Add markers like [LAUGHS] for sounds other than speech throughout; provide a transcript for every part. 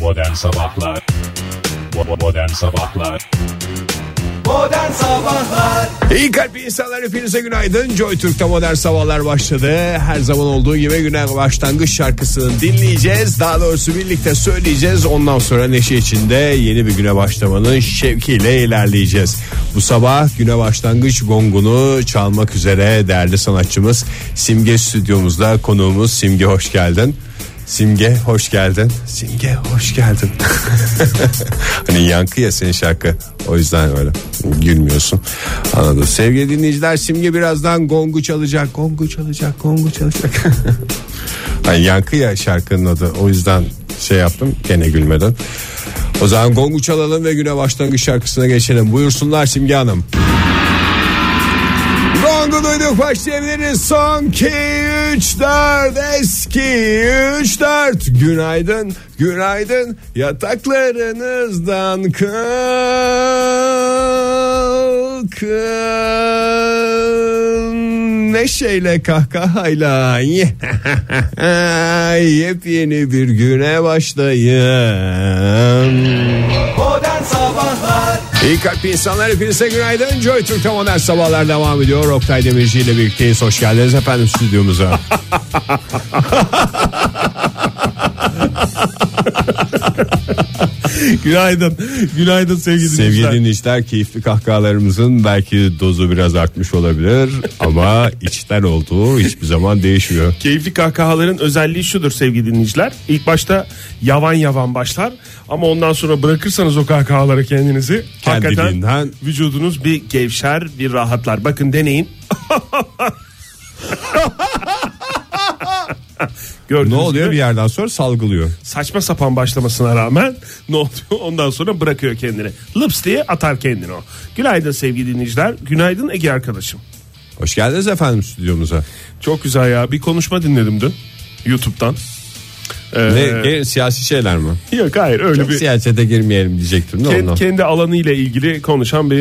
Modern Sabahlar Bo- Modern Sabahlar Modern Sabahlar İyi kalp insanlar hepinize günaydın. Joy Türk'te modern sabahlar başladı. Her zaman olduğu gibi güne başlangıç şarkısını dinleyeceğiz. Daha doğrusu birlikte söyleyeceğiz. Ondan sonra neşe içinde yeni bir güne başlamanın şevkiyle ilerleyeceğiz. Bu sabah güne başlangıç gongunu çalmak üzere değerli sanatçımız Simge stüdyomuzda konuğumuz Simge hoş geldin. Simge hoş geldin. Simge hoş geldin. [LAUGHS] hani yankı ya senin şarkı. O yüzden öyle gülmüyorsun. Anladım. Sevgili dinleyiciler Simge birazdan gongu çalacak. Gongu çalacak. Gongu çalacak. [LAUGHS] hani yankı ya şarkının adı. O yüzden şey yaptım gene gülmeden. O zaman gongu çalalım ve güne başlangıç şarkısına geçelim. Buyursunlar Simge Hanım. Gongu duyduk başlayabiliriz. Son 2 3 4 eski 3 4 günaydın günaydın yataklarınızdan kalkın neşeyle kahkahayla [LAUGHS] yepyeni bir güne başlayın. Modern Sabahlar İyi kalp insanlar hepinize günaydın. Joy Türk'te modern sabahlar devam ediyor. Oktay Demirci ile birlikteyiz. Hoş geldiniz efendim [LAUGHS] stüdyomuza. Günaydın. Günaydın sevgili Sevgili dinleyiciler. dinleyiciler keyifli kahkahalarımızın belki dozu biraz artmış olabilir. ama içten olduğu hiçbir zaman değişmiyor. Keyifli kahkahaların özelliği şudur sevgili dinleyiciler. İlk başta yavan yavan başlar ama ondan sonra bırakırsanız o kahkahalara kendinizi hakikaten Kendiliğinden. vücudunuz bir gevşer bir rahatlar. [LAUGHS] Bakın deneyin. Gördünüz Ne oluyor mü? bir yerden sonra salgılıyor. Saçma sapan başlamasına rağmen ne oldu? Ondan sonra bırakıyor kendini. Lıps diye atar kendini o. Günaydın sevgili dinleyiciler. Günaydın Ege arkadaşım. Hoş geldiniz efendim stüdyomuza. Çok güzel ya. Bir konuşma dinledim dün YouTube'dan. Ee, Ne gene siyasi şeyler mi? Yok hayır öyle bir Siyasete girmeyelim diyecektim. Ne kend- ondan? kendi alanı ile ilgili konuşan bir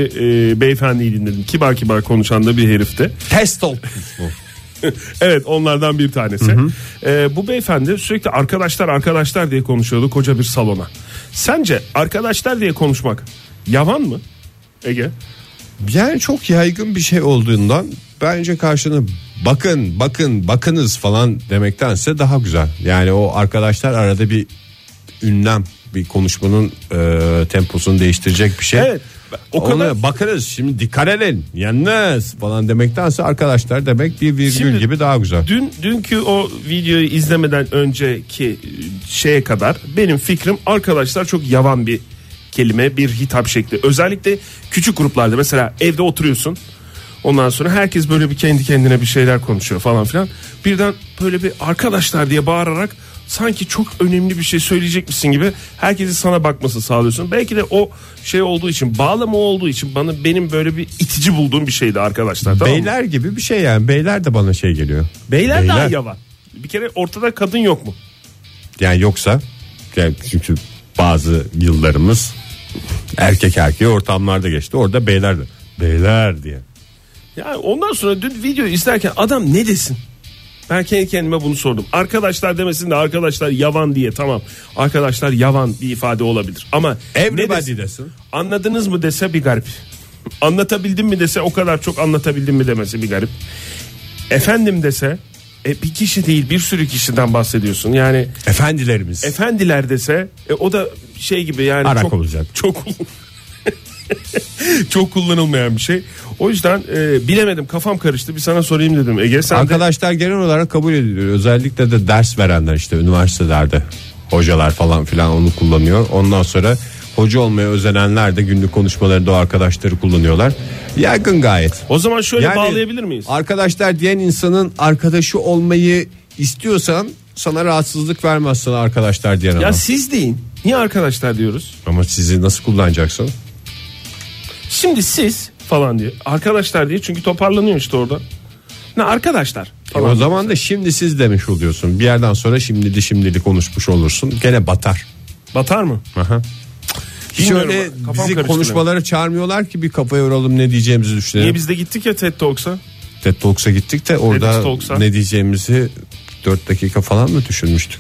e, beyefendiyi dinledim. Kibar kibar konuşan da bir herifti. Test ol. Bu. [LAUGHS] evet onlardan bir tanesi. Ee, bu beyefendi sürekli arkadaşlar arkadaşlar diye konuşuyordu koca bir salona. Sence arkadaşlar diye konuşmak yavan mı? Ege. Yani çok yaygın bir şey olduğundan bence karşını bakın bakın bakınız falan demektense daha güzel. Yani o arkadaşlar arada bir ünlem bir konuşmanın e, temposunu değiştirecek bir şey. Evet, o O kadar- kadar bakarız şimdi dikkat edin yalnız falan demektense arkadaşlar demek bir virgül Şimdi- gibi daha güzel. Dün dünkü o videoyu izlemeden önceki e, şeye kadar benim fikrim arkadaşlar çok yavan bir kelime, bir hitap şekli. Özellikle küçük gruplarda mesela evde oturuyorsun. Ondan sonra herkes böyle bir kendi kendine bir şeyler konuşuyor falan filan. Birden böyle bir arkadaşlar diye bağırarak sanki çok önemli bir şey söyleyecekmişsin gibi herkesin sana bakması sağlıyorsun. Belki de o şey olduğu için, bağlama olduğu için bana benim böyle bir itici bulduğum bir şeydi arkadaşlar. tamam mı? Beyler gibi bir şey yani beyler de bana şey geliyor. Beyler, daha Beyler. yavan. Bir kere ortada kadın yok mu? Yani yoksa yani çünkü bazı yıllarımız erkek erkeğe ortamlarda geçti. Orada beyler de beyler diye. Yani ondan sonra dün videoyu izlerken adam ne desin? Ben kendi kendime bunu sordum. Arkadaşlar demesin de arkadaşlar yavan diye tamam. Arkadaşlar yavan bir ifade olabilir. Ama ne desin? desin. Anladınız mı dese bir garip. Anlatabildim mi dese o kadar çok anlatabildim mi demesi bir garip. Efendim dese e, bir kişi değil bir sürü kişiden bahsediyorsun. Yani Efendilerimiz. efendiler dese e, o da şey gibi yani Arak çok, olacak. [LAUGHS] çok çok kullanılmayan bir şey. O yüzden e, bilemedim kafam karıştı bir sana sorayım dedim Ege sen de Arkadaşlar genel olarak kabul ediliyor. Özellikle de ders verenler işte üniversitelerde hocalar falan filan onu kullanıyor. Ondan sonra hoca olmaya özenenler de günlük konuşmalarında o arkadaşları kullanıyorlar. Yaygın gayet. o zaman şöyle bağlayabilir miyiz? Arkadaşlar diyen insanın arkadaşı olmayı istiyorsan sana rahatsızlık vermezsin arkadaşlar diyen Ya adam. siz deyin. Niye arkadaşlar diyoruz? Ama sizi nasıl kullanacaksın? E, Şimdi siz falan diyor. Arkadaşlar diye çünkü toparlanıyor işte orada. Ne arkadaşlar E falan. o zaman da şimdi siz demiş oluyorsun. Bir yerden sonra şimdi de şimdili konuşmuş olursun. Gene batar. Batar mı? Aha. Hiç Bilmiyorum, öyle kafam bizi karıştı konuşmalara çağırmıyorlar ki bir kafaya vuralım ne diyeceğimizi düşünelim. Niye biz de gittik ya TED Talks'a? TED Talks'a gittik de orada Talks'a. ne diyeceğimizi 4 dakika falan mı düşünmüştük?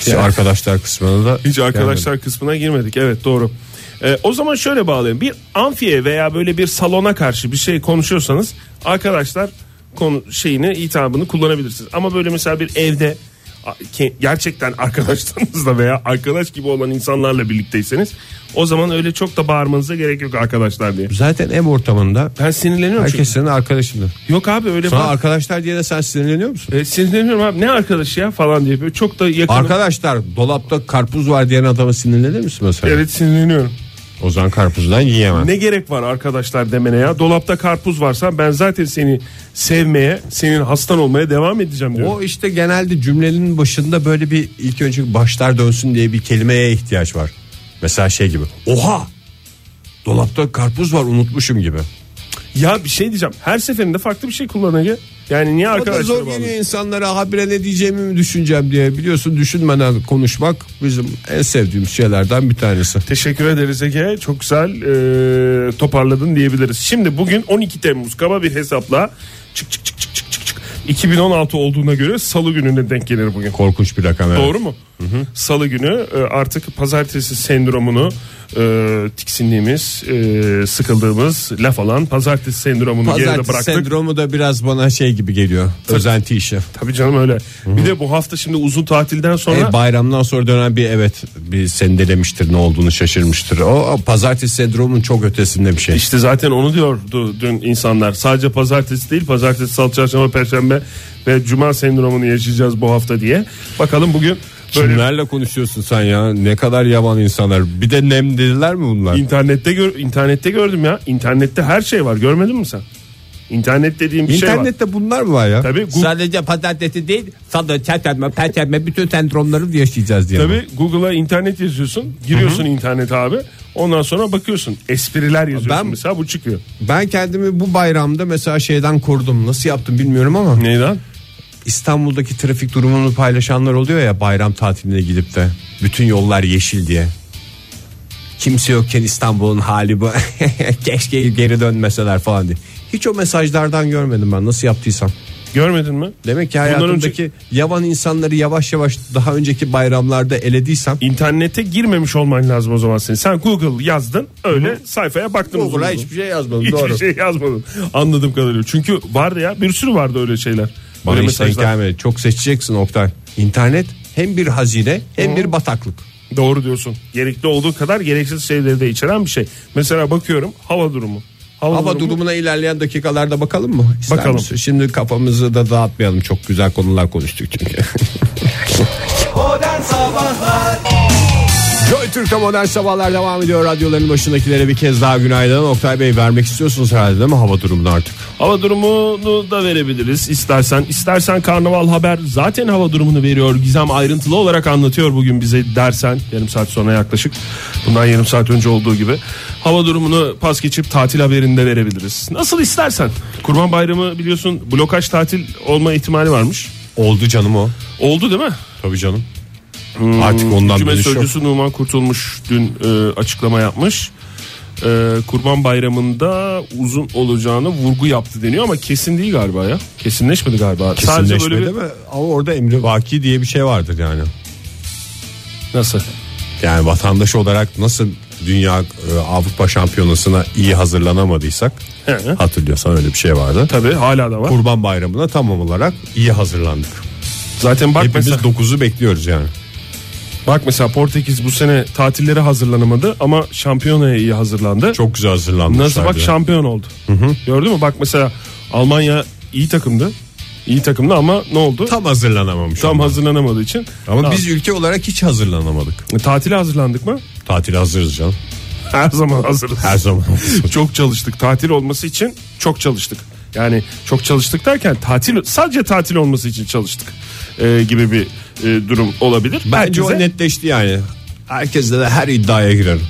Hiç arkadaşlar kısmına da Hiç arkadaşlar gelmedim. kısmına girmedik. Evet doğru. Ee, o zaman şöyle bağlayayım. Bir amfiye veya böyle bir salona karşı bir şey konuşuyorsanız arkadaşlar konu şeyini hitabını kullanabilirsiniz. Ama böyle mesela bir evde a- ke- gerçekten [LAUGHS] arkadaşlarınızla veya arkadaş gibi olan insanlarla birlikteyseniz o zaman öyle çok da bağırmanıza gerek yok arkadaşlar diye. Zaten ev ortamında Ben sinirleniyorum herkes senin arkadaşındır. çünkü. Yok abi öyle Sana bağır- arkadaşlar diye de sen sinirleniyor musun? E, sinirleniyorum abi ne arkadaşı ya falan diye böyle çok da yakın. Arkadaşlar dolapta karpuz var diyen adama sinirlenir misin mesela? Evet sinirleniyorum. O zaman karpuzdan yiyemem. Ne gerek var arkadaşlar demene ya? Dolapta karpuz varsa ben zaten seni sevmeye, senin hastan olmaya devam edeceğim diyor. O işte genelde cümlenin başında böyle bir ilk önce başlar dönsün diye bir kelimeye ihtiyaç var. Mesela şey gibi. Oha! Dolapta karpuz var unutmuşum gibi. Ya bir şey diyeceğim. Her seferinde farklı bir şey kullanıyor. Yani niye O da arkadaşlar zor geliyor insanlara habire ne diyeceğimi mi düşüneceğim diye. Biliyorsun düşünmeden konuşmak bizim en sevdiğimiz şeylerden bir tanesi. Teşekkür ederiz Ege. Çok güzel e, toparladın diyebiliriz. Şimdi bugün 12 Temmuz kaba bir hesapla çık çık çık çık çık çık çık 2016 olduğuna göre salı gününe denk gelir bugün. Korkunç bir rakam. evet. Doğru mu? Salı günü e, artık pazartesi sendromunu e, tiksindiğimiz, e, sıkıldığımız laf alan pazartesi sendromunu geride Pazartesi bıraktık. sendromu da biraz bana şey gibi geliyor. Özenti işi. Tabii canım öyle. Bir de bu hafta şimdi uzun tatilden sonra E, bayramdan sonra dönen bir evet bir sendelemiştir ne olduğunu şaşırmıştır. O, o pazartesi sendromunun çok ötesinde bir şey. işte zaten onu diyordu dün insanlar. Sadece pazartesi değil, pazartesi, salı, çarşamba, perşembe ve cuma sendromunu yaşayacağız bu hafta diye. Bakalım bugün böyle Kimlerle konuşuyorsun sen ya? Ne kadar yavan insanlar. Bir de nem dediler mi bunlar? internette gör internette gördüm ya. İnternette her şey var. Görmedin mi sen? İnternet dediğim bir şey var. İnternette bunlar mı var ya? Tabii, Google- Sadece pazartesi değil, salı, çarşamba, perşembe bütün sendromları yaşayacağız diye. Tabii Google'a internet yazıyorsun. Giriyorsun internete abi. Ondan sonra bakıyorsun. Espriler yazıyorsun Ben- mesela bu çıkıyor. Ben kendimi bu bayramda mesela şeyden korudum. Nasıl yaptım bilmiyorum ama Neyden? İstanbul'daki trafik durumunu paylaşanlar oluyor ya bayram tatiline gidip de bütün yollar yeşil diye. Kimse yokken İstanbul'un hali bu. [LAUGHS] Keşke geri dönmeseler falan diye. Hiç o mesajlardan görmedim ben nasıl yaptıysam. Görmedin mi? Demek ki Bundan hayatımdaki yavan insanları yavaş yavaş daha önceki bayramlarda elediysem İnternete girmemiş olman lazım o zaman senin. Sen Google yazdın öyle sayfaya baktın. uzun Google'a uzun. hiçbir şey yazmadım Hiçbir doğru. şey yazmadın. Anladığım kadarıyla. Çünkü vardı ya bir sürü vardı öyle şeyler. Bana öyle hiç denk gelmedi. Çok seçeceksin Oktay. İnternet hem bir hazine hem bir bataklık. Doğru diyorsun. Gerekli olduğu kadar gereksiz şeyleri de içeren bir şey. Mesela bakıyorum hava durumu. Hava durumuna ilerleyen dakikalarda bakalım mı? İster Bakalım. misin? Şimdi kafamızı da dağıtmayalım. Çok güzel konular konuştuk çünkü. [LAUGHS] Modern Sabahlar Joy Türk'te modern sabahlar devam ediyor. Radyoların başındakilere bir kez daha günaydın. Oktay Bey vermek istiyorsunuz herhalde değil mi hava durumunu artık? Hava durumunu da verebiliriz istersen. istersen Karnaval Haber zaten hava durumunu veriyor. Gizem ayrıntılı olarak anlatıyor bugün bize dersen. Yarım saat sonra yaklaşık. Bundan yarım saat önce olduğu gibi. Hava durumunu pas geçip tatil haberinde verebiliriz. Nasıl istersen. Kurban Bayramı biliyorsun blokaj tatil olma ihtimali varmış. Oldu canım o. Oldu değil mi? Tabii canım. artık ondan Hmm, Hükümet dönüş yok. sözcüsü Numan Kurtulmuş dün e, açıklama yapmış. E, Kurban Bayramı'nda uzun olacağını vurgu yaptı deniyor ama kesin değil galiba ya. Kesinleşmedi galiba. Sadece böyle Kesinleşmedi bir mi? Ama orada emri vaki diye bir şey vardır yani. nasıl? Yani vatandaş olarak nasıl dünya e, Avrupa Şampiyonası'na iyi hazırlanamadıysak He. hatırlıyorsan öyle bir şey vardı. Tabii hala da var. Kurban Bayramı'na tam olarak iyi hazırlandık. Zaten bak Hepimiz mesela 9'u bekliyoruz yani. bak mesela Portekiz bu sene tatillere hazırlanamadı ama şampiyonaya iyi hazırlandı. Çok güzel hazırlanmışlar. Nasıl bak ya. şampiyon oldu. Gördün mü? Bak mesela Almanya iyi takımdı. İyi takımdı ama ne oldu? Tam, Tam hazırlanamamış. onlar. hazırlanamadığı için. Ama Tamam. E, biz ülke olarak hiç hazırlanamadık. tatile hazırlandık mı? Tatil hazırız canım. Her zaman hazırız. Her [LAUGHS] zaman. çok çalıştık. Tatil olması için çok çalıştık. Yani çok çalıştık derken tatil sadece tatil olması için çalıştık e, gibi bir e, durum olabilir. Bence Herkese o netleşti yani. Herkesle de her iddiaya girerim.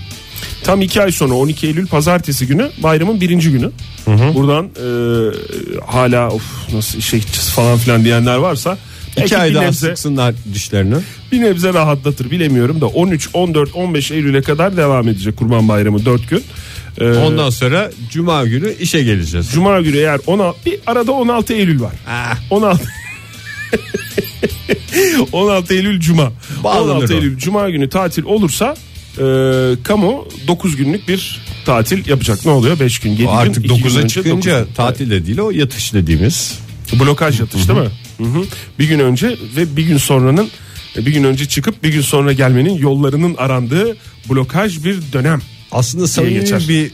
tam iki ay sonra 12 Eylül Pazartesi günü bayramın birinci günü. Buradan e, hala of nasıl işe gideceğiz falan filan diyenler varsa belki İki ay bir daha nebze- sıksınlar dişlerini. bir nebze rahatlatır bilemiyorum da 13, 14, 15 Eylül'e kadar devam edecek Kurban Bayramı 4 gün. E, Ondan sonra cuma günü işe geleceğiz. [LAUGHS] Cuma günü eğer 16 bir arada 16 Eylül var. Ah. 16 16 Eylül Cuma. Bağlanır 16 o. Eylül Cuma günü tatil olursa e, kamu 9 günlük bir tatil yapacak. Ne oluyor? 5 gün, 7 gün. Artık iki gün 9'a önce çıkınca dokuz- tatil de değil o yatış dediğimiz. Blokaj yatış değil mi? Hı-hı. Bir gün önce ve bir gün sonranın bir gün önce çıkıp bir gün sonra gelmenin yollarının arandığı blokaj bir dönem. Aslında samimi geçer. bir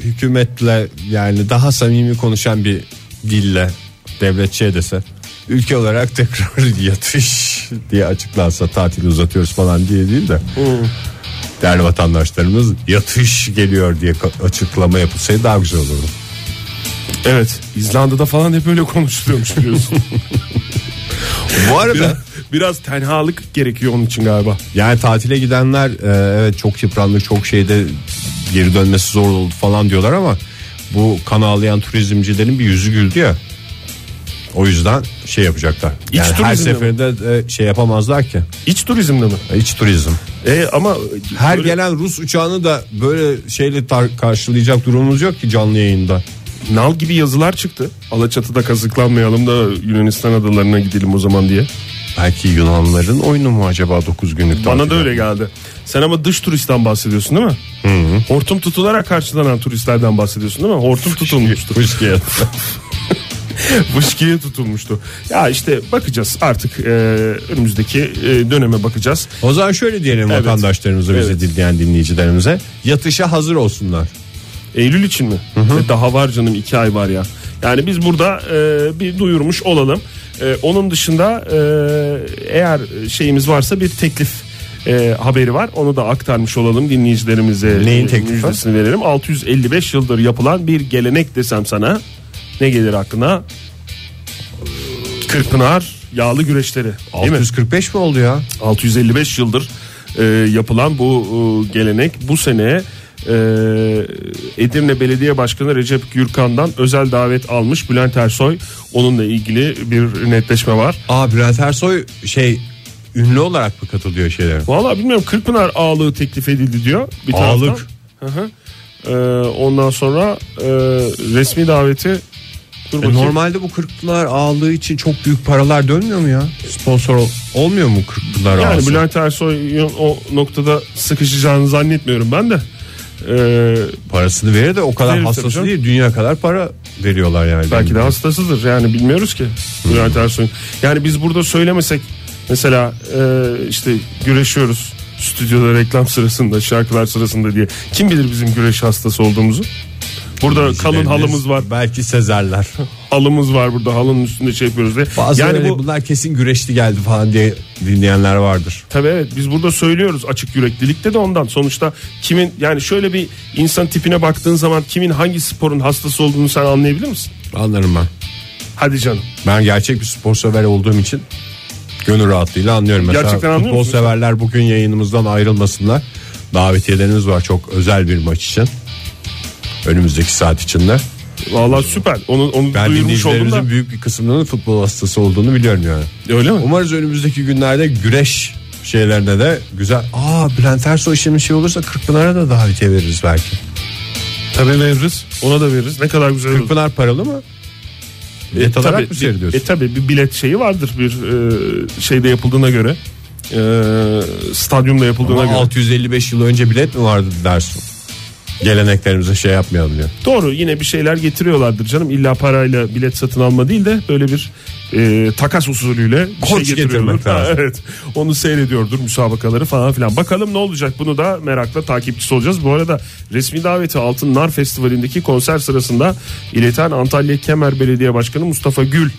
hükümetle yani daha samimi konuşan bir dille devletçiye dese ülke olarak tekrar [LAUGHS] yatış diye açıklansa tatili uzatıyoruz falan diye değil de değerli vatandaşlarımız yatış geliyor diye ka- açıklama yapılsaydı daha güzel olurdu. Evet. İzlanda'da falan hep böyle [LAUGHS] konuşuluyormuş biliyorsun. Bu arada biraz, biraz tenhalık gerekiyor onun için galiba. Yani tatile gidenler e, evet çok yıprandı çok şeyde geri dönmesi zor oldu falan diyorlar ama bu kan ağlayan turizmcilerin bir yüzü güldü ya. O yüzden şey yapacaklar. İç Yani her turizmde mi? seferinde de şey yapamazlar ki. İç turizmde mi? İç turizm. E ama Her böyle- gelen Rus uçağını da böyle şeyle tar- karşılayacak durumumuz yok ki canlı yayında. nal gibi yazılar çıktı. Alaçatı'da kazıklanmayalım da Yunanistan adalarına gidelim o zaman diye. Belki Yunanların oyunu mu acaba 9 günlük Bana tatil? da öyle geldi. Sen ama dış turistten bahsediyorsun değil mi? Hortum tutularak karşılanan turistlerden bahsediyorsun değil mi? Hortum tutulmuştu. Türkiye. [LAUGHS] Vışkiye tutulmuştu. Ya işte bakacağız artık e, önümüzdeki e, döneme bakacağız. O zaman şöyle diyelim Evet. vatandaşlarımıza bizi Evet. dinleyen dinleyicilerimize yatışa hazır olsunlar. Eylül için mi? E, Daha var canım iki ay var ya. Yani biz burada e, bir duyurmuş olalım. E, onun dışında e, eğer şeyimiz varsa bir teklif e, haberi var. Onu da aktarmış olalım dinleyicilerimize. Neyin E, teklifi? Müjdesini verelim. 655 yıldır yapılan bir gelenek desem sana ne gelir aklına? Kırkpınar yağlı güreşleri. Değil mi? 645 mi? oldu ya? 655 yıldır e, yapılan bu e, gelenek bu sene e, Edirne Belediye Başkanı Recep Gürkan'dan özel davet almış Bülent Ersoy onunla ilgili bir netleşme var. Aa Bülent Ersoy şey ünlü olarak mı katılıyor şeylere? E, Vallahi bilmiyorum Kırkpınar ağalığı teklif edildi diyor bir taraftan. Ağalık. Hı hı. E, ondan sonra e, resmi daveti dur E, bakayım. Normalde bu Kırkpınar ağalığı için çok büyük paralar dönmüyor mu ya? Sponsor ol- olmuyor mu Kırkpınar ağası? Yani Bülent Ersoy'un o noktada sıkışacağını zannetmiyorum ben de. E, Parasını verir de o kadar Verir tabii hastası canım. değil. Dünya kadar para veriyorlar yani. Belki de Benim- hastasıdır yani bilmiyoruz ki Bülent Ersoy'un. Yani biz burada söylemesek mesela e, işte güreşiyoruz stüdyoda reklam sırasında şarkılar sırasında diye. Kim bilir bizim güreş hastası olduğumuzu? Burada kalın halımız var. Belki [LAUGHS] Sezerler. Halımız var burada halının üstünde şey yapıyoruz diye. Bazı yani öyle bu hani bunlar kesin güreşli geldi falan diye dinleyenler vardır. Tabii evet biz burada söylüyoruz açık yüreklilikte de ondan. Sonuçta kimin yani şöyle bir insan tipine baktığın zaman kimin hangi sporun hastası olduğunu sen anlayabilir misin? Anlarım ben. Hadi canım. Ben gerçek bir spor sever olduğum için gönül rahatlığıyla anlıyorum. Mesela Gerçekten anlıyor futbol musunuz? severler bugün yayınımızdan ayrılmasınlar. Davetiyeleriniz var çok özel bir maç için. Önümüzdeki saat içinde. Vallahi süper. Onu onu Ben duyurmuş oldum da. dinleyicilerimizin büyük bir kısmının futbol hastası olduğunu biliyorum yani. Öyle mi? Umarız önümüzdeki günlerde güreş şeylerine de güzel. Aa Bülent Ersoy şimdi şey olursa Kırkpınar'a da davetiye veririz belki. Tabii veririz. Ona da veririz. Ne kadar güzel olur. Kırkpınar paralı mı? Bilet Tabii, olarak mı bir- seyrediyorsun? E tabii bir bilet şeyi vardır bir e, şeyde yapıldığına göre. E, stadyumda yapıldığına Ama göre. 655 yıl önce bilet mi vardı dersin? Geleneklerimize şey yapmayalım diyor. Doğru yine bir şeyler getiriyorlardır canım. İlla parayla bilet satın alma değil de böyle bir e, takas usulüyle bir Koç şey getiriyorlar. getirmek lazım. Ha, evet. Onu seyrediyordur müsabakaları falan filan. Bakalım ne olacak bunu da merakla takipçisi olacağız. Bu arada resmi daveti Altın Nar Festivali'ndeki konser sırasında ileten Antalya Kemer Belediye Başkanı Mustafa Gül e,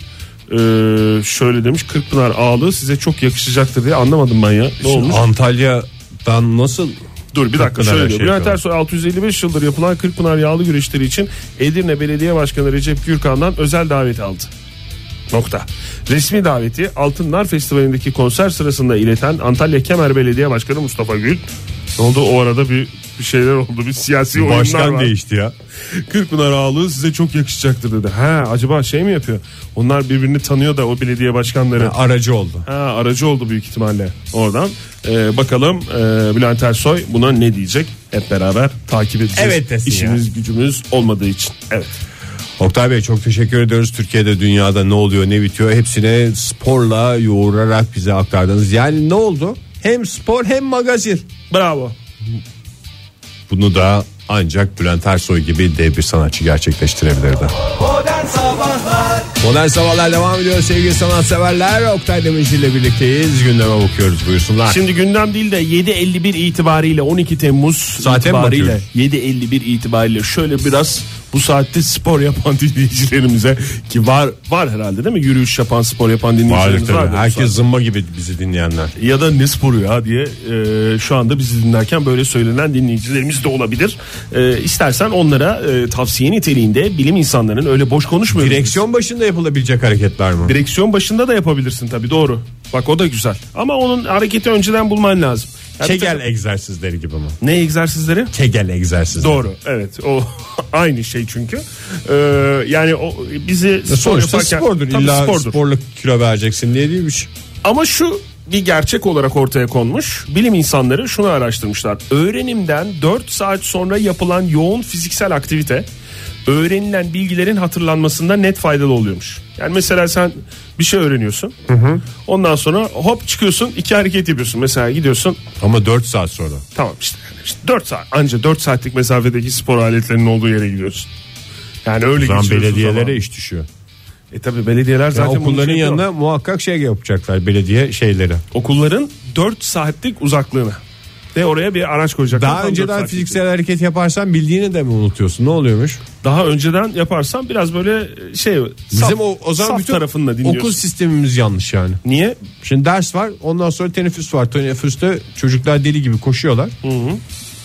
şöyle demiş Kırkpınar ağalığı size çok yakışacaktır diye anlamadım ben ya. Ne olmuş? Antalya'dan nasıl Dur bir dakika Kırkpınar'a şöyle şey diyor. Bülent yapıyorlar. Ersoy 655 yıldır yapılan Kırkpınar yağlı güreşleri için Edirne Belediye Başkanı Recep Gürkan'dan özel davet aldı. Nokta. Resmi daveti Altınlar Festivali'ndeki konser sırasında ileten Antalya Kemer Belediye Başkanı Mustafa Gül. Ne oldu o arada bir, bir şeyler oldu bir siyasi oyunlar başkan var. [LAUGHS] değişti ya? Kırkpınar ağalığı size çok yakışacaktır dedi. Ha acaba şey mi yapıyor? Onlar birbirini tanıyor da o belediye başkanları. Aracı oldu. Ha, aracı oldu büyük ihtimalle oradan. Ee, bakalım e, Bülent Ersoy buna ne diyecek? Hep beraber takip edeceğiz. Evet desin İşimiz gücümüz olmadığı için. Evet. Oktay Bey çok teşekkür ediyoruz. Türkiye'de dünyada ne oluyor ne bitiyor hepsine sporla yoğurarak bize aktardınız. Yani ne oldu? Hem spor hem magazin. Bravo. Bunu da ancak Bülent Ersoy gibi dev bir sanatçı gerçekleştirebilirdi. Modern Sabahlar Modern Sabahlar devam ediyor sevgili sanatseverler. Oktay Demirci ile birlikteyiz. Gündeme bakıyoruz buyursunlar. Şimdi gündem değil de 7.51 itibariyle 12 Temmuz Saate mi itibariyle bakıyoruz? 7.51 itibariyle şöyle biraz bu saatte spor yapan [LAUGHS] dinleyicilerimize ki var var herhalde değil mi? Yürüyüş yapan spor yapan Vardır dinleyicilerimiz tabii. var. Herkes zımba gibi bizi dinleyenler. ya da ne sporu ya diye e, şu anda bizi dinlerken böyle söylenen dinleyicilerimiz de olabilir. E, istersen onlara e, tavsiye niteliğinde bilim insanlarının öyle boş konuşmuyoruz. biz. Direksiyon başında yapılabilecek hareketler mi? Direksiyon başında da yapabilirsin tabii doğru. Bak o da güzel. Şey Ama onun hareketi önceden bulman lazım. Yani bir Kegel takım- egzersizleri gibi mi? Ne egzersizleri? Kegel egzersizleri. Doğru evet o [LAUGHS] aynı şey çünkü. Ee, yani o bizi spor Sonuçta yaparken- spordur. Tabii İlla spordur. sporluk kilo vereceksin diye şey. değilmiş. Ama şu bir gerçek olarak ortaya konmuş. Bilim insanları şunu araştırmışlar. Öğrenimden 4 saat sonra yapılan yoğun fiziksel aktivite öğrenilen bilgilerin hatırlanmasında net faydalı oluyormuş. Yani mesela sen bir şey öğreniyorsun. Ondan sonra hop çıkıyorsun iki hareket yapıyorsun. Mesela gidiyorsun Ama 4 saat sonra. tamam işte, işte 4 saat anca 4 saatlik mesafedeki spor aletlerinin olduğu yere gidiyorsun. Yani öyle O zaman geçiyorsun belediyelere zaman. iş düşüyor. E tabi belediyeler Ya zaten bunu okulların şey yapıyor. yanına muhakkak şey yapacaklar belediye şeyleri. okulların 4 saatlik uzaklığına ve oraya bir araç koyacaklar. Daha Tam dört önceden saatlik. fiziksel hareket yaparsan bildiğini de mi unutuyorsun? Ne oluyormuş? daha önceden yaparsan biraz böyle şey Bizim saf- o, o zaman saf bütün tarafında dinliyorsun. okul sistemimiz yanlış yani. Niye? Şimdi ders var ondan sonra teneffüs var. Teneffüste çocuklar deli gibi koşuyorlar.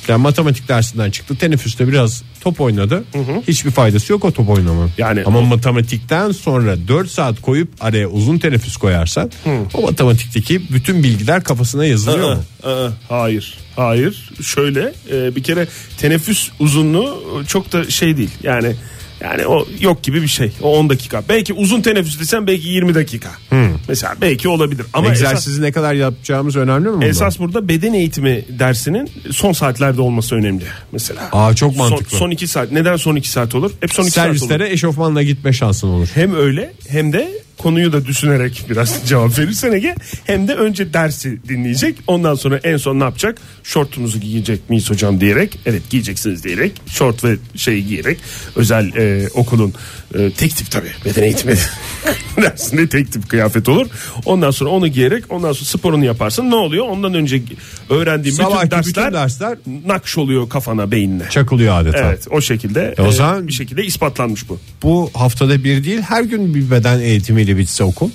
Yani matematik dersinden çıktı. Teneffüste biraz top oynadı. Hiçbir faydası yok o top oynamanın. Yani Ama o- matematikten sonra 4 saat koyup araya uzun teneffüs koyarsan o matematikteki bütün bilgiler kafasına yazılıyor mu? Aa, aa, hayır. Hayır. Şöyle e, bir kere teneffüs uzunluğu çok da şey değil. Yani yani o yok gibi bir şey. O 10 dakika. Belki uzun teneffüs desen belki 20 dakika. Hmm. Mesela belki olabilir. Ama esas- Egzersizi ne kadar yapacağımız önemli mi? bunda? Esas burada beden eğitimi dersinin son saatlerde olması önemli mesela. Aa, çok Son- mantıklı. Son, iki saat. Neden son iki saat olur? Hep son iki saat olur. servislere eşofmanla gitme şansın olur. Hem öyle hem de konuyu da düşünerek biraz [LAUGHS] cevap verirsen Ege. Hem de önce dersi dinleyecek. Ondan sonra en son ne yapacak? Şortunuzu giyecek miyiz hocam diyerek. Evet giyeceksiniz diyerek. Şort ve şey giyerek. Özel e, okulun e, tek tip tabii. Beden eğitimi [LAUGHS] dersinde tek tip kıyafet olur. Ondan sonra onu giyerek ondan sonra sporunu yaparsın. Ne oluyor? Ondan önce öğrendiğin Sabahki bütün bütün dersler, dersler- nakş oluyor kafana beynine. Çakılıyor adeta. Evet o şekilde E, o e, zaman- bir şekilde ispatlanmış bu. Bu haftada bir değil her gün bir beden eğitimiyle bitse okul.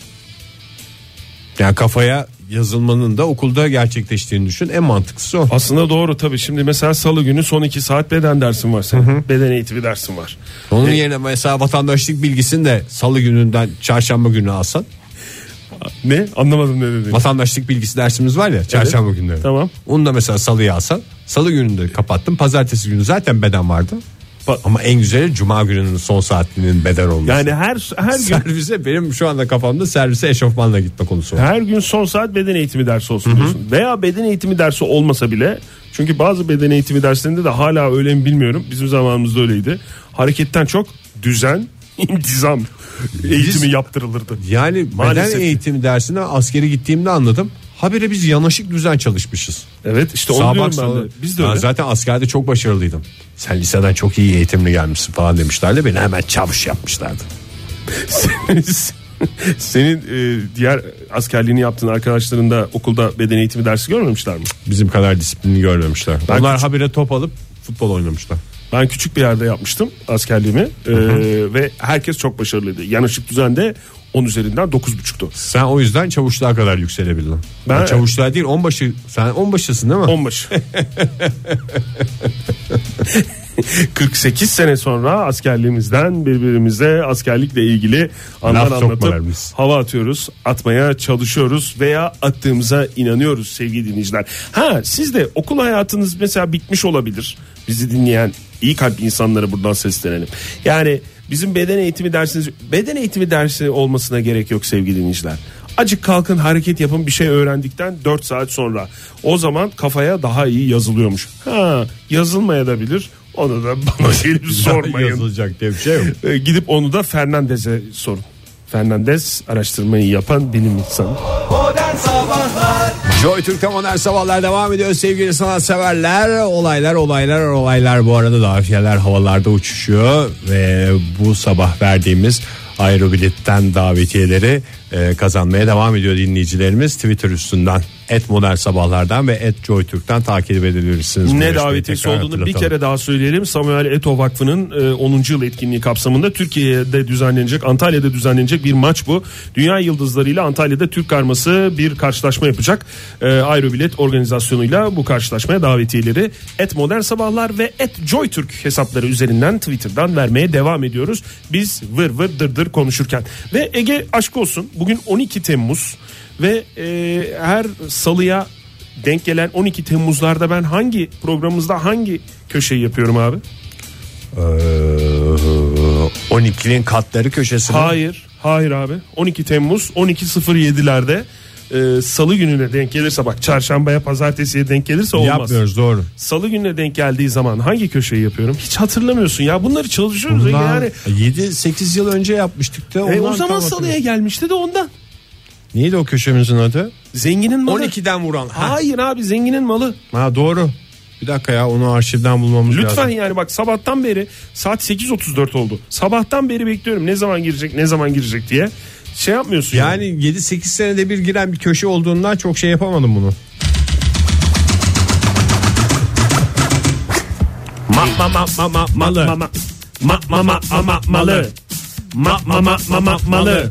Yani kafaya yazılmanın da okulda gerçekleştiğini düşün. En mantıklısı o. Aslında doğru tabii. Şimdi mesela salı günü son iki saat beden dersin var senin. Beden eğitimi dersin var. Onun yerine mesela vatandaşlık bilgisini de salı gününden çarşamba gününe alsan. Ne? Anlamadım ne dediğini. Vatandaşlık bilgisi dersimiz var ya çarşamba günleri. Tamam. Onu da mesela salıya alsan. Salı gününü de kapattım. Pazartesi günü zaten beden vardı. Ba- Ama en güzeli cuma gününün son saatinin beden olması. Yani her her gün servise benim şu anda kafamda servise eşofmanla gitme konusu. var. her gün son saat beden eğitimi dersi olsun diyorsun. Veya beden eğitimi dersi olmasa bile çünkü bazı beden eğitimi derslerinde de hala öyle mi bilmiyorum. Bizim zamanımızda öyleydi. Hareketten çok düzen, [LAUGHS] intizam eğitimi yaptırılırdı. Yani Maalesef. beden eğitimi dersine askeri gittiğimde anladım. Habire biz yanaşık düzen çalışmışız. Evet işte onu Sağa diyorum bak, ben de. sola- Biz de Ben öyle. [LAUGHS] zaten askerde çok başarılıydım. Sen liseden çok iyi eğitimli gelmişsin falan demişlerdi. Beni hemen çavuş yapmışlardı. Senin e, diğer askerliğini yaptığın arkadaşların da okulda beden eğitimi dersi görmemişler mi? Bizim kadar disiplini görmemişler. Ben Onlar küçük- habire top alıp futbol oynamışlar. Ben küçük bir yerde yapmıştım askerliğimi Ee, ve herkes çok başarılıydı. Yanaşık düzende 10 üzerinden 9.5'tu. Sen o yüzden çavuşluğa kadar yükselebildin. Ben, Ben- çavuşluğa değil onbaşı. Sen onbaşısın değil mi? [LAUGHS] 15. 48 sene sonra askerliğimizden birbirimize askerlikle ilgili anlar Laf anlatıp sokmalarımız. hava atıyoruz, atmaya çalışıyoruz veya attığımıza inanıyoruz sevgili dinleyiciler. Ha siz de okul hayatınız mesela bitmiş olabilir. Bizi dinleyen iyi kalpli insanlara buradan seslenelim. Yani bizim beden eğitimi dersiniz beden eğitimi dersi olmasına gerek yok sevgili dinleyiciler. Acık kalkın hareket yapın bir şey öğrendikten 4 saat sonra. O zaman kafaya daha iyi yazılıyormuş. Ha yazılmaya da bilir Onu da bana gelip sormayın. Yazılacak diye bir şey yok. Ee, Gidip onu da Fernandez'e sorun. Fernandez araştırmayı yapan bilim insanı. Modern Sabahlar Joy Türk'te modern sabahlar devam ediyor sevgili sanatseverler. Olaylar olaylar olaylar bu arada dafiyeler havalarda uçuşuyor. Ve bu sabah verdiğimiz Aero biletten davetiyeleri e, kazanmaya devam ediyor dinleyicilerimiz. Twitter üstünden et modern sabahlardan ve et Joy Türk'ten takip edebilirsiniz. Bu Ne yarışmayı davetiyesi tekrar olduğunu bir hatırlatalım. kere daha söyleyelim. Samuel Eto Vakfı'nın e, 10. yıl etkinliği kapsamında Türkiye'de düzenlenecek, Antalya'da düzenlenecek bir maç bu. Dünya yıldızlarıyla Antalya'da Türk karması bir karşılaşma yapacak. E, Aerobilet organizasyonuyla bu karşılaşmaya davetiyeleri et modern sabahlar ve et joytürk hesapları üzerinden Twitter'dan vermeye devam ediyoruz. Biz vır vır dır dır konuşurken. Ve Ege aşk olsun bugün 12 Temmuz ve e, her salıya denk gelen 12 Temmuz'larda ben hangi programımızda hangi köşeyi yapıyorum abi? Ee, 12'nin katları köşesine. Hayır. Hayır abi. 12 Temmuz 12.07'lerde e, salı gününe denk gelirse bak çarşambaya pazartesiye denk gelirse olmaz. Yapmıyoruz doğru. Salı gününe denk geldiği zaman hangi köşeyi yapıyorum? Hiç hatırlamıyorsun ya. Bunları çalışıyoruz Ege Bundan yani. 7-8 yıl önce yapmıştık da. E, ondan o tam zaman salıya hatırlıyorum. gelmişti de ondan. Neydi o köşemizin adı? Zenginin malı. 12'den vuran. Ha. Hayır abi zenginin malı. Ha doğru. Bir dakika ya onu arşivden bulmamız Lütfen lazım. yani bak sabahtan beri saat 8.34 oldu. Sabahtan beri bekliyorum ne zaman girecek ne zaman girecek diye. Şey yapmıyorsun Yani 7-8 senede bir giren bir köşe olduğundan çok şey yapamadım bunu. Ma ma ma ma ma malı. Ma ma ma ma ma ma ma malı. Ma ma ma ma ma malı.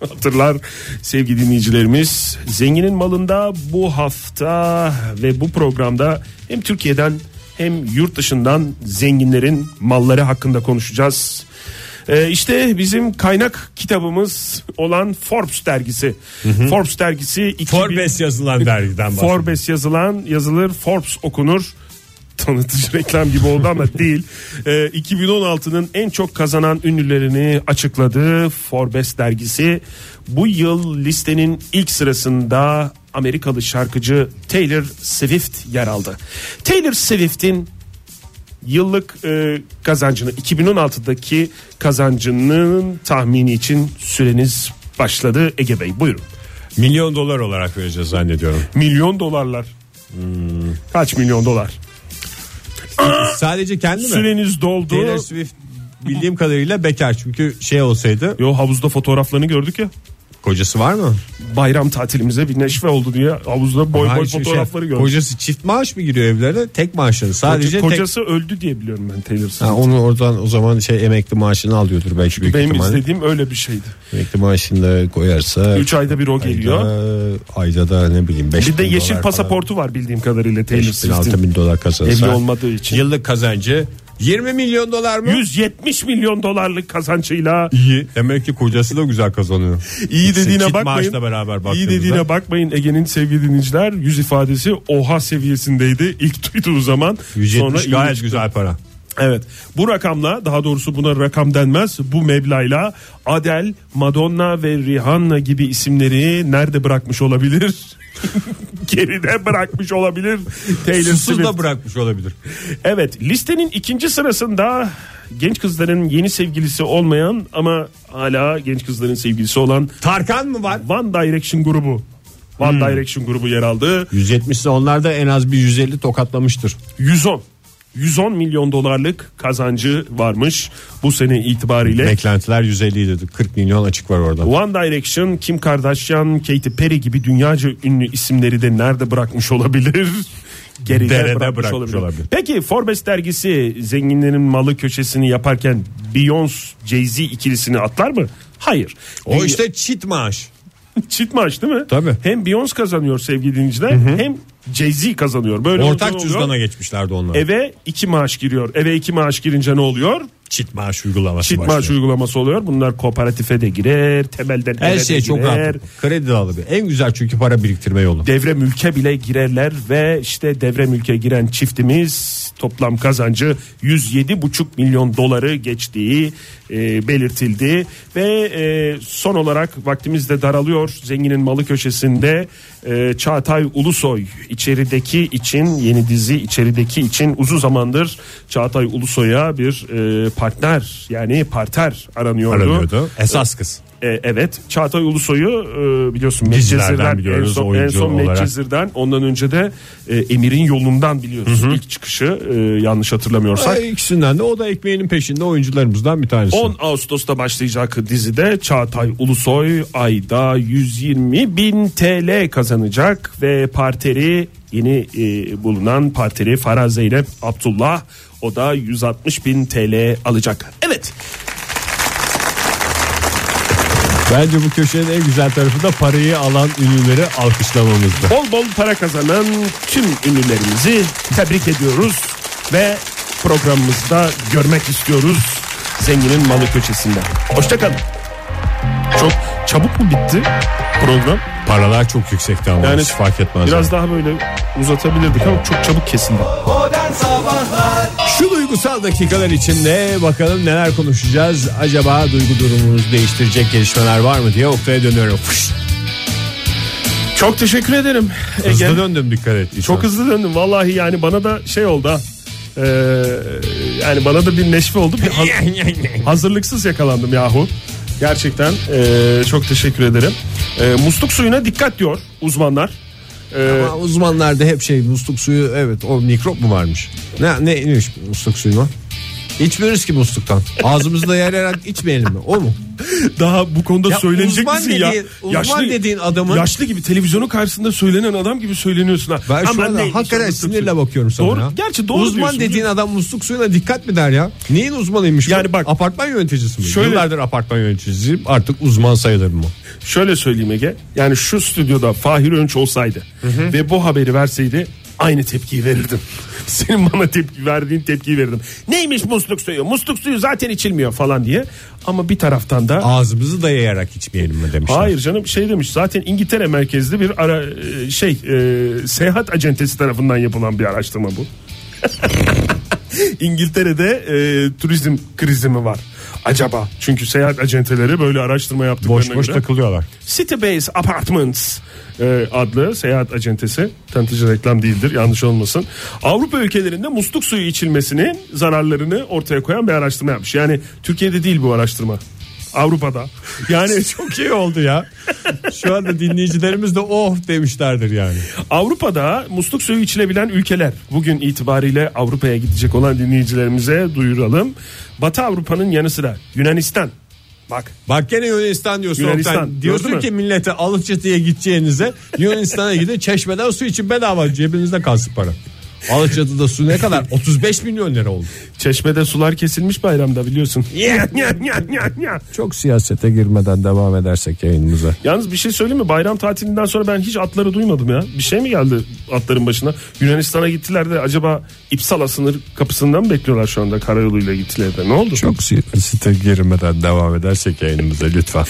hatırlar sevgili dinleyicilerimiz. Zenginin malında bu hafta ve bu programda hem Türkiye'den hem yurt dışından zenginlerin malları hakkında konuşacağız. Ee, işte bizim kaynak kitabımız olan Forbes dergisi. Forbes dergisi 2000... Forbes yazılan dergiden bahsediyor. Forbes yazılan yazılır Forbes okunur [LAUGHS] tanıtıcı reklam gibi oldu ama değil. Ee, 2016'nın en çok kazanan ünlülerini açıkladı Forbes dergisi. Bu yıl listenin ilk sırasında Amerikalı şarkıcı Taylor Swift yer aldı. Taylor Swift'in yıllık e, kazancını 2016'daki kazancının tahmini için süreniz başladı. Ege Bey buyurun. Milyon dolar olarak vereceğiz zannediyorum. Milyon dolarlar. Kaç milyon dolar? Sadece kendi mi? Süreniz doldu. Taylor Swift bildiğim kadarıyla bekar çünkü şey olsaydı Yo havuzda fotoğraflarını gördük ya. kocası var mı? Bayram tatilimize bir neşve oldu diye havuzda boy Hayır, boy şimdi fotoğrafları şey, gördük. Kocası çift maaş mı giriyor evlerine? Tek maaşını sadece tek- Kocası öldü diye biliyorum ben Taylor Swift. Ha, onu oradan o zaman şey emekli maaşını alıyordur belki büyük Benim ihtimalle. izlediğim öyle bir şeydi. Emekli maaşını da koyarsa 3 ayda bir o geliyor. Ayda, ayda da ne bileyim 5 Bir de yeşil pasaportu var bildiğim kadarıyla Taylor 5 bin 6 Swift'in. bin dolar kazanırsa. Evli olmadığı için. Yıllık kazancı 20 milyon dolar mı? 170 milyon dolarlık kazancıyla İyi. Demek ki kocası da güzel kazanıyor. İyi dediğine Çift bakmayın. maaşla beraber İyi baktığımızda. dediğine bakmayın. Ege'nin sevgili dinleyiciler yüz ifadesi oha seviyesindeydi ilk duyduğu zaman. 170 iyi gayet çıktı. güzel para. Evet. Bu rakamla daha doğrusu buna rakam denmez. Bu meblağla Adele, Madonna ve Rihanna gibi isimleri nerede bırakmış olabilir? [LAUGHS] Geride bırakmış olabilir. Taylor Susuz Swift. da bırakmış olabilir. Evet listenin ikinci sırasında genç kızların yeni sevgilisi olmayan ama hala genç kızların sevgilisi olan Tarkan mı var? One Direction grubu. One Hmm. Direction grubu yer aldı. 170 ise onlar da en az bir 150 tokatlamıştır. 110. 110 milyon dolarlık kazancı varmış bu sene itibariyle. Beklentiler 150 dedi. 40 milyon açık var orada. One Direction, Kim Kardashian, Katy Perry gibi dünyaca ünlü isimleri de nerede [LAUGHS] bırakmış olabilir? Geride Derede bırakmış, bırakmış olabilir. olabilir. Peki Forbes dergisi zenginlerin malı köşesini yaparken Beyoncé Jay-Z ikilisini atlar mı? Hayır. O işte çit maaş. [LAUGHS] çift maaş değil mi? Tabii. Hem Beyoncé kazanıyor sevgili dinleyiciler hem Jay-Z kazanıyor. Böyle Ortak olduğu oluyor. cüzdana geçmişlerdi onlar. Eve iki maaş giriyor. Eve iki maaş girince ne oluyor? Çit maaş uygulaması Çit başlıyor. maaş uygulaması oluyor. Bunlar kooperatife de girer, temelden eve Her de şey çok girer. rahat. Kredi de alabilir. En güzel çünkü para biriktirme yolu. devre mülke bile girerler ve işte devre mülke giren çiftimiz toplam kazancı 107,5 milyon doları geçtiği e, belirtildi ve e, son olarak vaktimiz de daralıyor zenginin malı köşesinde e, Çağatay Ulusoy içerideki için yeni dizi içerideki için uzun zamandır Çağatay Ulusoy'a bir e, partner yani parter aranıyordu. Aranıyordu. Esas kız. E, evet Çağatay Ulusoy'u e, biliyorsun Dizilerden Medcezir'den en biliyoruz, son, en oyuncu son olarak. Medcezir'den ondan önce de e, Emir'in yolundan biliyoruz ilk çıkışı e, yanlış hatırlamıyorsak. Ay, E, ikisinden de o da ekmeğinin peşinde oyuncularımızdan bir tanesi. 10 Ağustos'ta başlayacak dizide Çağatay Ulusoy ayda 120 bin TL kazanacak ve parteri yeni e, bulunan parteri Farah Zeynep Abdullah o da 160 bin TL alacak. Evet Bence bu köşenin en güzel tarafı da parayı alan ünlüleri alkışlamamızdı. bol bol para kazanan tüm ünlülerimizi tebrik ediyoruz ve programımızda görmek istiyoruz zenginin malı köşesinde. Hoşçakalın. Çok çabuk mu bitti program? Paralar çok yüksekti ama Yani hiç fark etmez. Biraz daha böyle uzatabilirdik ama çok çabuk kesildi. Modern Sabahlar Şu duygusal dakikalar içinde bakalım neler konuşacağız. Acaba duygu durumumuzu değiştirecek gelişmeler var mı diye Oktay'a dönüyorum. Fış, Çok teşekkür ederim. Ege. Hızlı döndüm dikkat et. Çok hızlı döndüm vallahi yani bana da şey oldu ha. Ee, yani bana da bir neşve oldu. Bir haz- hazırlıksız yakalandım yahu. Gerçekten ee, çok teşekkür ederim. Ee, musluk suyuna dikkat diyor uzmanlar. [LAUGHS] Ee, Ama uzmanlarda hep şey musluk suyu evet o mikrop mu varmış? Ne ne neymiş musluk suyu var? İçmiyoruz ki musluktan. Ağzımızda yarayarak içmeyelim mi? O mu? daha bu konuda Ya söylenecek uzman misin ya? dediğin- uzman dediğin adamın- yaşlı gibi televizyonun karşısında söylenen adam gibi söyleniyorsun ha. Ben şu Aman anda neymiş hakikaten musluk suyu. sinirle bakıyorum sana Doğru- ya. gerçi doğru Uzman diyorsun. dediğin adam musluk suyuna dikkat mi der ya? Neyin uzmanıymış bu? Yani bak- Apartman yöneticisi mi? Şöyle- Yıllardır apartman yöneticisiyim artık uzman sayılırım mı? Şöyle söyleyeyim Ege. Yani şu stüdyoda Fahir Önç olsaydı ve bu haberi verseydi aynı tepkiyi verirdim. [LAUGHS] Senin bana tepki verdiğin tepkiyi verirdim. Neymiş musluk suyu? Musluk suyu zaten içilmiyor falan diye. Ama bir taraftan da Ağzımızı dayayarak içmeyelim mi demişler. Hayır canım şey demiş zaten İngiltere merkezli bir ara e, şey e, seyahat acentesi tarafından yapılan bir araştırma bu. [LAUGHS] İngiltere'de e, turizm krizi mi var acaba? Çünkü seyahat acenteleri böyle araştırma yaptıklarına boş boş göre- takılıyorlar. City Base Apartments e, adlı seyahat acentesi tanıtıcı reklam değildir yanlış olmasın. Avrupa ülkelerinde musluk suyu içilmesinin zararlarını ortaya koyan bir araştırma yapmış. Yani Türkiye'de değil bu araştırma. Avrupa'da. [LAUGHS] Yani Çok iyi oldu ya. Şu anda dinleyicilerimiz de oh demişlerdir yani. Avrupa'da musluk suyu içilebilen ülkeler. Bugün itibariyle Avrupa'ya gidecek olan dinleyicilerimize duyuralım. Batı Avrupa'nın yanı sıra Yunanistan. Bak Bak gene Yunanistan diyorsun. Yunanistan, Oktay. Diyorsun gördün ki millete Alıçatı'ya gideceğinize Yunanistan'a gidin çeşmeden su için bedava cebinizde kalsın para. Alıçatı'da su ne [LAUGHS] kadar? 35 milyon lira oldu. çeşmede sular kesilmiş bayramda biliyorsun. Ya, ya, ya, ya, ya. Çok siyasete girmeden devam edersek yayınımıza. Yalnız bir şey söyleyeyim mi? Bayram tatilinden sonra ben hiç atları duymadım ya. Bir şey mi geldi atların başına? Yunanistan'a gittiler de acaba İpsala sınır kapısından mı bekliyorlar şu anda? Karayoluyla gittiler de. Ne oldu? Çok siyasete girmeden devam edersek yayınımıza lütfen.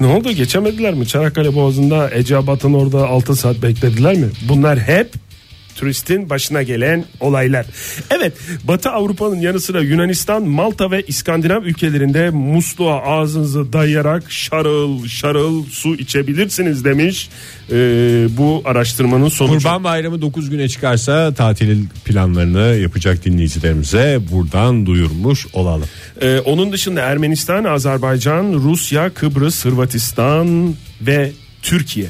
Ne oldu? Geçemediler mi? Çanakkale Boğazı'nda Ece Abat'ın orada 6 saat beklediler mi? Bunlar hep turistin başına gelen olaylar. Evet Batı Avrupa'nın yanı sıra Yunanistan, Malta ve İskandinav ülkelerinde musluğa ağzınızı dayayarak şarıl şarıl su içebilirsiniz demiş Ee, bu araştırmanın sonucu. Kurban Bayramı 9 güne çıkarsa tatil planlarını yapacak dinleyicilerimize buradan duyurmuş olalım. Ee, onun dışında Ermenistan, Azerbaycan, Rusya, Kıbrıs, Hırvatistan ve Türkiye.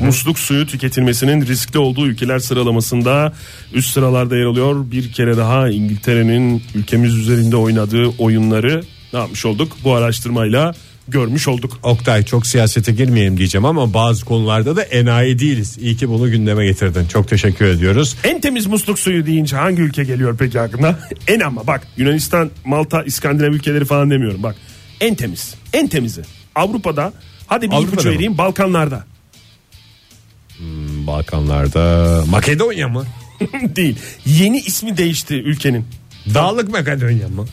Musluk suyu tüketilmesinin riskli olduğu ülkeler sıralamasında üst sıralarda yer alıyor. Bir kere daha İngiltere'nin ülkemiz üzerinde oynadığı oyunları ne yapmış olduk? Bu araştırmayla görmüş olduk. Oktay çok siyasete girmeyelim diyeceğim ama bazı konularda da enayi değiliz. İyi ki bunu gündeme getirdin. Çok teşekkür ediyoruz. En temiz musluk suyu deyince hangi ülke geliyor peki aklına? [LAUGHS] en ama bak Yunanistan, Malta, İskandinav ülkeleri falan demiyorum bak. En temiz, en temizi. Avrupa'da hadi bir Avrupa'da ipucu mı? vereyim Balkanlarda. Balkanlarda Makedonya mı? [LAUGHS] değil. Yeni ismi değişti ülkenin. [LAUGHS] Dağlık Makedonya mı?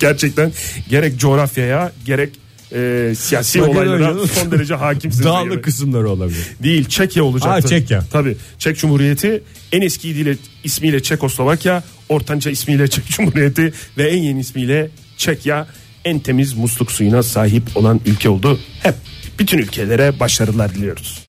Gerçekten gerek coğrafyaya gerek e, siyasi Bakın olaylara öyle. son derece hakimsiniz. Dağlı Ege Bey. kısımları olabilir. Değil Çekya olacaktı. Ha, Çekya. Tabii. Çek Cumhuriyeti en eski ile, ismiyle Çekoslovakya, ortanca ismiyle Çek [LAUGHS] Cumhuriyeti ve en yeni ismiyle Çekya en temiz musluk suyuna sahip olan ülke oldu. Hep bütün ülkelere başarılar diliyoruz.